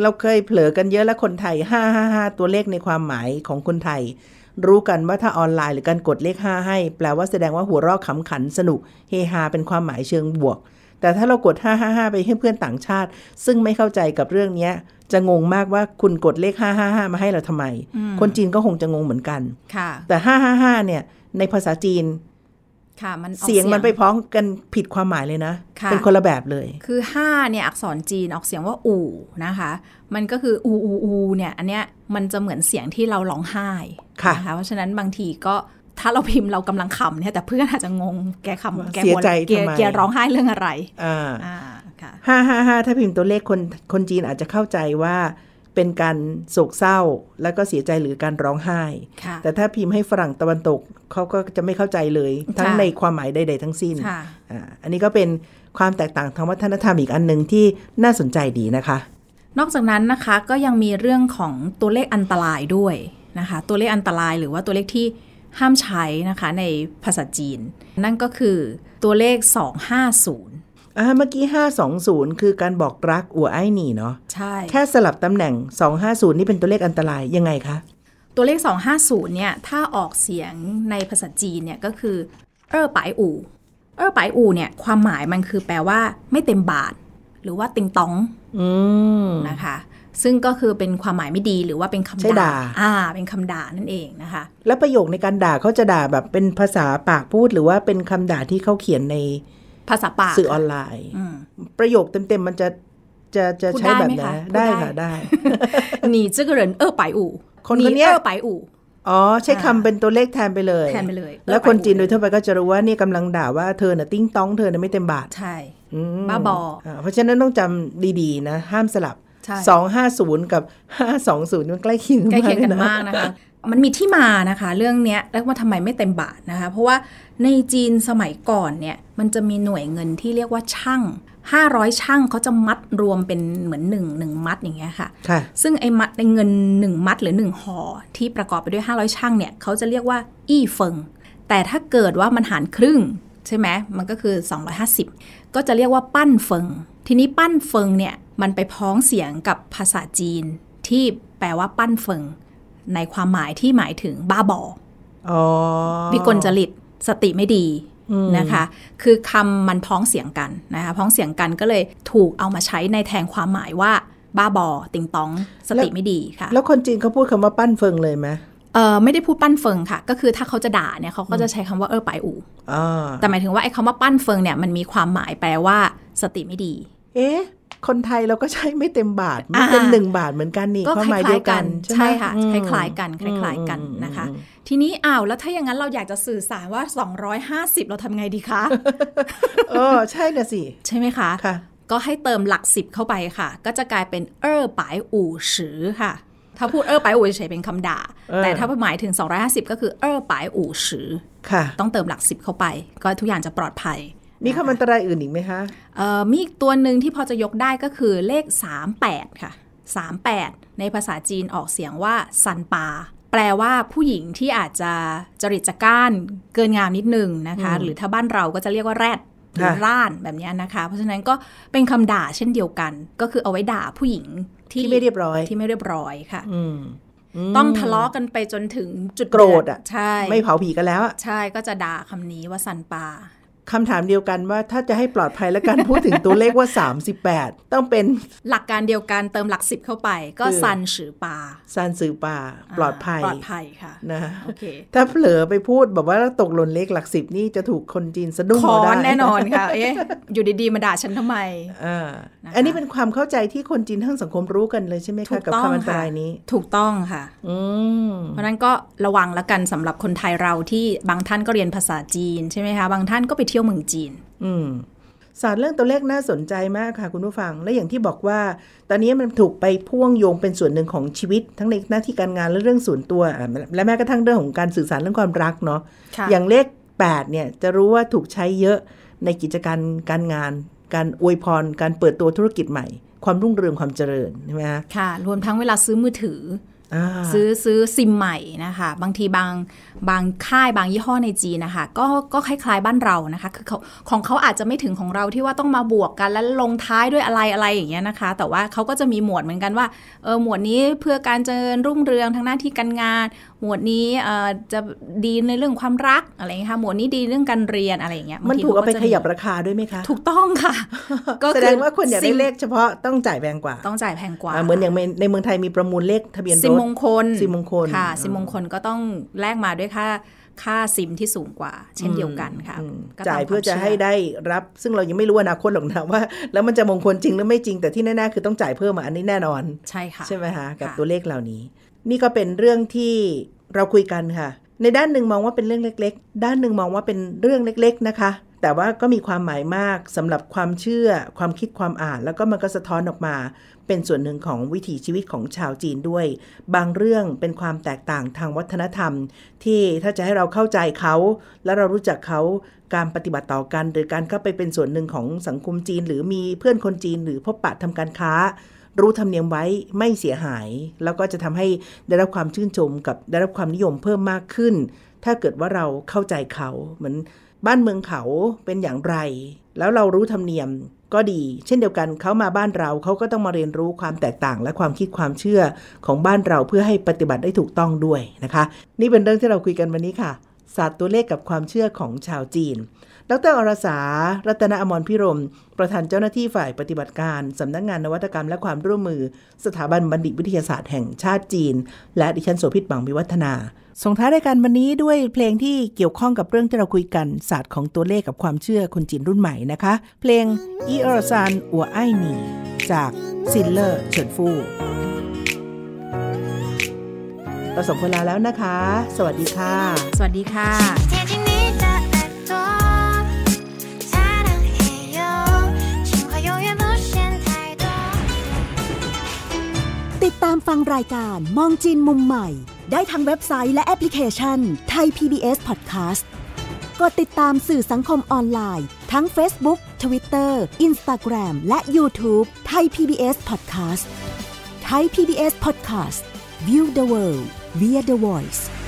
Speaker 2: เราเคยเผลอกันเยอะแล้วคนไทยห้าห้าห้าตัวเลขในความหมายของคนไทย รู้กันว่าถ้าออนไลน์หรือการกดเลขห้าให้ แปลว่าแสดงว่าหัวเราะขำขันสนุกเฮฮาเป็นความหมายเชิงบวก แต่ถ้าเรากด 555 ไปให้เพื่อนต่างชาติ ซึ่งไม่เข้าใจกับเรื่องเนี้ย จะงงมากว่าคุณกดเลข 555 มาให้เราทำไม คนจีนก็คงจะงงเหมือนกัน
Speaker 3: ค่ะ
Speaker 2: แต่ 555 เนี่ย ในภาษาจีน
Speaker 3: ค่ะมันออก
Speaker 2: เสียงมันไปพ้องกันผิดความหมายเลยนะ
Speaker 3: ค่ะ
Speaker 2: เป็นคนละแบบเลย
Speaker 3: คือ5เนี่ยอักษรจีนออกเสียงว่าอู่นะคะ มันก็คืออูอูอูเนี่ยอันเนี้ยมันจะเหมือนเสียงที่เราร้องไห้
Speaker 2: ค่ะ
Speaker 3: นะคะเพราะฉะนั้นบางทีก็ถ้าเราพิมพ์เรากำลังขำเนี่ยแต่เพื่อนอาจจะงงแกขำแก
Speaker 2: เสียใจ
Speaker 3: แก
Speaker 2: ทำไม
Speaker 3: แกร้องไห้เรื่องอะไร
Speaker 2: อ่า
Speaker 3: อ่าค่ะ
Speaker 2: ห้าห้าห้าถ้าพิมพ์ตัวเลขคนคนจีนอาจจะเข้าใจว่าเป็นการโศกเศร้า แล้วก็เสียใจหรือการร้องไห้
Speaker 3: ค่ะ
Speaker 2: แต่ถ้าพิมพ์ให้ฝรั่งตะวันตกเขาก็จะไม่เข้าใจเลย ทั้ง
Speaker 3: ค่ะ
Speaker 2: ในความหมายใดๆทั้งสิ้น
Speaker 3: ค่ะ
Speaker 2: อ่าอันนี้ก็เป็นความแตกต่างทางวัฒนธรรมอีกอันหนึ่งที่น่าสนใจดีนะคะ
Speaker 3: นอกจากนั้นนะคะก็ยังมีเรื่องของตัวเลขอันตรายด้วยนะคะ ตัวเลขอันตรายหรือว่าตัวเลขที่ห้ามใช้นะคะในภาษาจีน นั่นก็คือตัวเลข 250
Speaker 2: อ่าเมื่อกี้ 520 คือการบอกรักอัวไอ้หนีเนาะ
Speaker 3: ใช่
Speaker 2: แค่สลับตำแหน่ง 250 นี่เป็นตัวเลขอันตรายยังไงคะ
Speaker 3: ตัวเลข 250เนี่ยถ้าออกเสียงในภาษาจีนเนี่ยก็คือเออปายอู่เออปายอู่เนี่ยความหมายมันคือแปลว่าไม่เต็มบาท หรือว่าติงตอง
Speaker 2: อืม
Speaker 3: นะคะ ซึ่งก็คือเป็นความหมายไม่ดีหรือว่าเป็นคำ
Speaker 2: ใช่ด่า
Speaker 3: ด่าอ่าเป็นคำด่านั่นเองนะคะ
Speaker 2: แล้วประโยคในการด่าเขาจะด่าแบบเป็นภาษาปากพูดหรือว่าเป็นคำด่าที่เขาเขียนใน
Speaker 3: ภาษาปาก
Speaker 2: สื่อออนไลน์
Speaker 3: อืม
Speaker 2: ประโยคเต็มๆมันจะจะจะ
Speaker 3: พูด
Speaker 2: ใช้แบบ
Speaker 3: ได้ไหม
Speaker 2: ไหน
Speaker 3: คะ
Speaker 2: ได้
Speaker 3: พูดได้
Speaker 2: ค่ะได้
Speaker 3: 你这个人二百五，
Speaker 2: คน
Speaker 3: 你
Speaker 2: คนเนี้ย
Speaker 3: 二百五
Speaker 2: อ๋อ ใช้คำ
Speaker 3: อ่า
Speaker 2: เป็นตัวเลขแทนไปเลย
Speaker 3: แทนไปเลย
Speaker 2: แล้วคนจีนโดย
Speaker 3: เออ
Speaker 2: ทั่วไปก็จะรู้ว่านี่กำลังด่าว่าเธอน่ะติ้งต้องเธอน่ะไม่เต็มบาท
Speaker 3: ใช่
Speaker 2: อืม
Speaker 3: บ้าบออ่
Speaker 2: าเพราะฉะนั้นต้องจำดีๆนะ ห้ามสลับ
Speaker 3: ใช่
Speaker 2: 250 กับ 520 มันใกล้เคียง
Speaker 3: ใกล้เคียงกัน
Speaker 2: เล
Speaker 3: มาก นะคะ มันมีที่มานะคะ เรื่องเนี้ยแล้วว่าทำไมไม่เต็มบาทนะคะ เพราะว่าในจีนสมัยก่อนเนี่ยมันจะมีหน่วยเงินที่เรียกว่าช่าง 500 ช่างเขาจะมัดรวมเป็นเหมือนหนึ่งหนึ่งมัดอย่างเงี้ยค่ะ
Speaker 2: ค่ะ
Speaker 3: ซึ่งไอ้มัดในเงิน 1 มัดหรือ 1ห่อที่ประกอบไปด้วย 500 ช่างเนี่ยเขาจะเรียกว่า อี้เฟิง แต่ถ้าเกิดว่ามันหารครึ่ง ใช่ไหมมันก็คือ 250 ก็จะเรียกว่าปั้นเฟิง ทีนี้ปั้นเฟิงเนี่ยมันไปพ้องเสียงกับภาษาจีนที่แปลว่าปั้นเฟิง ในความหมายที่หมายถึงบ้าบอ
Speaker 2: อ๋อ
Speaker 3: วิกลจริตสติไม่ดี
Speaker 2: อืม
Speaker 3: นะคะ คือคำมันพ้องเสียงกันนะคะพ้องเสียงกันก็เลยถูกเอามาใช้ในแทนความหมายว่าบ้าบอ ติงตอง สติไม่ดีค่ะ
Speaker 2: แล้วคนจีนเขาพูดคำว่าปั้นเฟิงเลยไหม
Speaker 3: เออไม่ได้พูดปั้นเฟิงค่ะ ก็คือถ้าเขาจะด่าเนี่ยเขาก็จะใช้คำว่าเออไปอู
Speaker 2: อ่า
Speaker 3: แต่หมายถึงว่าไอ้คำว่าปั้นเฟิงเนี่ยมันมีความหมายแปลว่าสติไม่ดี
Speaker 2: เอ๊ะ คนไทยเราก็ใช้ไม่เต็มบาท ไม่
Speaker 3: อ่า
Speaker 2: เต็มหนึ่งบาทเหมือนกันนี่
Speaker 3: ก็
Speaker 2: ความ
Speaker 3: ค
Speaker 2: หมายเดี
Speaker 3: ล้าย
Speaker 2: ยว
Speaker 3: ๆ
Speaker 2: กั
Speaker 3: กัน น
Speaker 2: ไหม
Speaker 3: ใช่ค่ะ
Speaker 2: อืม
Speaker 3: คล้ายๆกันคล้ายๆกัน
Speaker 2: อืม
Speaker 3: นะคะ ทีนี้อ้าวแล้วถ้าอย่างนั้นเราอยากจะสื่อสารว่า 250 เราทำไงดี คะ
Speaker 2: เออใช่น่ะสิ
Speaker 3: ใช่ไหมคะ
Speaker 2: ค่ะ
Speaker 3: ก็ให้เติมหลักสิบเข้าไปค่ะ ก็จะกลายเป็นเอ้อปายอู่ฉือค่ะ ถ้าพูดเอ้อปายอู่เฉยๆเป็นคำด่า
Speaker 2: เออ
Speaker 3: แต่ถ้าหมายถึง 250 ก็คือเอ้อปายอู่ฉือ
Speaker 2: ค่ะ
Speaker 3: ต้องเติมหลักสิบเข้าไป ก็ทุกอย่างจะปลอดภัย
Speaker 2: มีคำอันตรายอื่นอีกไหมคะ
Speaker 3: เอ่อมีอีกตัวหนึ่งที่พอจะยกได้ก็คือเลข 38 ค่ะ 38 ในภาษาจีนออกเสียงว่าซันปา แปลว่าผู้หญิงที่อาจจะจริตจักร้านเกินงามนิดนึงนะคะ หรือถ้าบ้านเราก็จะเรียกว่าแรด หรือ
Speaker 2: ค่ะ
Speaker 3: ร่านแบบเนี้ยนะคะ เพราะฉะนั้นก็เป็นคำด่าเช่นเดียวกัน ก็คือเอาไว้ด่าผู้หญิงที่
Speaker 2: ที่ไม่เรียบร้อย
Speaker 3: ที่ไม่เรียบร้อยค่ะ
Speaker 2: อืมม
Speaker 3: ต้องทะเลาะกันไปจนถึงจุด
Speaker 2: โกรธ
Speaker 3: เดื
Speaker 2: อะ
Speaker 3: ใช่
Speaker 2: ไม่เผาผีกันแล้วอะ
Speaker 3: ใช่ก็จะด่าคำนี้ว่าสันปา
Speaker 2: คำถามเดียวกันว่าถ้าจะให้ปลอดภัยและกันพูดถึงตัวเลขว่า 38 ต้องเป็น
Speaker 3: หลักการเดียวกันเติมหลักสิบเข้าไป ก็
Speaker 2: คือ
Speaker 3: สันฉือปา
Speaker 2: ซานสือป่าปลอดภัย
Speaker 3: ปลอดภัยค่ะ
Speaker 2: นะ
Speaker 3: โอเค
Speaker 2: ถ้าเผลอไปพูดแบบว่าตกหล่นเลขหลักสิบนี่จะถูกคนจีนสะดุ้ง
Speaker 3: คอ
Speaker 2: เาได้
Speaker 3: นแน่นอนค่ะ เอ๊ะอยู่ดีๆมาด่าฉันทำไม
Speaker 2: อ่า
Speaker 3: นะคะ
Speaker 2: อันนี้เป็นความเข้าใจที่คนจีนทั้งสังคมรู้กันเลยใช่ไหม
Speaker 3: ถู
Speaker 2: คะ
Speaker 3: ก
Speaker 2: กับ
Speaker 3: ต้อง
Speaker 2: คำอันต
Speaker 3: ค่ะ
Speaker 2: รายนี้
Speaker 3: ถูกต้องค่ะ
Speaker 2: อืม
Speaker 3: เพราะฉะนั้นก็ระวังแล้วกันสำหรับคนไทยเราที่บางท่านก็เรียนภาษาจีนใช่ไหมคะ บางท่านก็ไปเที่ยวเมืองจีน
Speaker 2: อืมศาสตร์เรื่องตัวเลขน่าสนใจมากค่ะคุณผู้ฟัง และอย่างที่บอกว่า ตอนนี้มันถูกไปพ่วงโยงเป็นส่วนหนึ่งของชีวิต ทั้งในหน้าที่การงานและเรื่องส่วนตัวอ่ะและแม้กระทั่งเรื่องของการสื่อสารเรื่องความรักเนาะ
Speaker 3: ค่ะ
Speaker 2: อย่างเลข 8 เนี่ยจะรู้ว่าถูกใช้เยอะในกิจการการงาน การอวยพร การเปิดตัวธุรกิจใหม่ ความรุ่งเรืองความเจริญใช่ไหมคะ
Speaker 3: ค่ะ รวมทั้งเวลาซื้อมือถือ
Speaker 2: อ่า
Speaker 3: ซื้อซื้อซิมใหม่นะคะ บางทีบางบางค่ายบางยี่ห้อในจีนนะคะก็ก็คล้ายๆบ้านเรานะคะ คือเขาของเขาอาจจะไม่ถึงของเราที่ว่าต้องมาบวกกัน แล้วลงท้ายด้วยอะไรอะไรอย่างเงี้ยนะคะ แต่ว่าเขาก็จะมีหมวดเหมือนกันว่าเออหมวดนี้เพื่อการเจริญรุ่งเรืองทางหน้าที่การงาน หมวดนี้เอ่อจะดีในเรื่องความรักอะไรอย่างเงี้ยค่ะหมวดนี้ดีเรื่องการเรียนอะไรอย่างเงี้ยบาง
Speaker 2: มัน
Speaker 3: ที
Speaker 2: ถูกเอาไป
Speaker 3: จะ
Speaker 2: ข
Speaker 3: มี
Speaker 2: ยับราคาด้วยไหมคะ
Speaker 3: ถูกต้องค่ะ ก็
Speaker 2: แสดงว่าคนอยาก
Speaker 3: ซิ
Speaker 2: ได้
Speaker 3: ม
Speaker 2: เลขเฉพาะต้องจ่ายแพงกว่า
Speaker 3: ต้องจ่ายแพงกว่า
Speaker 2: อ่าเหมือนอย่างในในเมืองไทยมีประมูลเลขทะเบียนร
Speaker 3: ซิม
Speaker 2: ถ
Speaker 3: มงคล
Speaker 2: ซิมมงคล
Speaker 3: ค่ะ
Speaker 2: อืม
Speaker 3: ซิมมงคลก็ต้องแลกมาด้วยค่าค่าซิมที่สูงกว่า เช่นเดียวกันค่ะ
Speaker 2: อืม
Speaker 3: ก็ตม
Speaker 2: จ่ายเพื่อ
Speaker 3: คว
Speaker 2: จะ
Speaker 3: ม
Speaker 2: ให้
Speaker 3: ชื่
Speaker 2: ได้รับ ซึ่งเรายังไม่รู้อนาคตหรอกนะว่า แล้วมันจะมงคลจริงหรือไม่จริงแต่ที่แน่ๆคือต้องจ่ายเพิ่มมาอันนี้แน่นอน
Speaker 3: ใช่ค่ะ
Speaker 2: ใช่ไหมคะกับ
Speaker 3: ค่ะ
Speaker 2: ตัวเลขเหล่านี้ นี่ก็เป็นเรื่องที่เราคุยกันค่ะ ในด้านหนึ่งมองว่าเป็นเรื่องเล็ก ๆ ด้านหนึ่งมองว่าเป็นเรื่องเล็ก ๆนะคะ แต่ว่าก็มีความหมายมากสำหรับความเชื่อ ความคิดความอ่าน แล้วก็มันก็สะท้อนออกมา เป็นส่วนหนึ่งของวิถีชีวิตของชาวจีนด้วย บางเรื่องเป็นความแตกต่างทางวัฒนธรรม ที่ถ้าจะให้เราเข้าใจเขา และเรารู้จักเขาการปฏิบัติต่อกัน หรือการเข้าไปเป็นส่วนหนึ่งของสังคมจีน หรือมีเพื่อนคนจีน หรือพบปะทำการค้า รู้ธรรมเนียมไว้ไม่เสียหาย แล้วก็จะทำให้ได้รับความชื่นชมกับได้รับความนิยมเพิ่มมากขึ้น ถ้าเกิดว่าเราเข้าใจเขาเหมือนบ้านเมืองเขาเป็นอย่างไร แล้วเรารู้ธรรมเนียมก็ดี เช่นเดียวกันเขามาบ้านเราเขาก็ต้องมาเรียนรู้ความแตกต่างและความคิดความเชื่อของบ้านเราเพื่อให้ปฏิบัติได้ถูกต้องด้วยนะคะ นี่เป็นเรื่องที่เราคุยกันวันนี้ค่ะ ศาสตร์ตัวเลขกับความเชื่อของชาวจีน ดรอรสา รัตนอมรพิรม ประธานเจ้าหน้าที่ฝ่ายปฏิบัติการ สำนักงานนวัตกรรมและความร่วมมือ สถาบันบัณฑิตวิทยาศาสตร์แห่งชาติจีน และดิฉันโสภิตบังวิวัฒนา ส่งท้ายรายการวันนี้ด้วยเพลงที่เกี่ยวข้องกับเรื่องที่เราคุยกันศาสตร์ของตัวเลขกับความเชื่อคนจีนรุ่นใหม่นะคะ เพลงอีอรซานอัวไอหนีจากซิลเลอร์เฉินฟูเราสองคนลาแล้วนะคะ สวัสดีค่ะ
Speaker 3: สวัสดีค่ะ
Speaker 4: 세진 일자 백도 사랑해요 심화요의 무신 태도
Speaker 5: ติดตามฟังรายการมองจีนมุมใหม่ ได้ทางเว็บไซต์และแอปพลิเคชันไทย PBS Podcast กดติดตามสื่อสังคมออนไลน์ ทั้ง Facebook Twitter Instagram และ YouTube ไทย PBS Podcast ไทย PBS Podcast View the world via the voice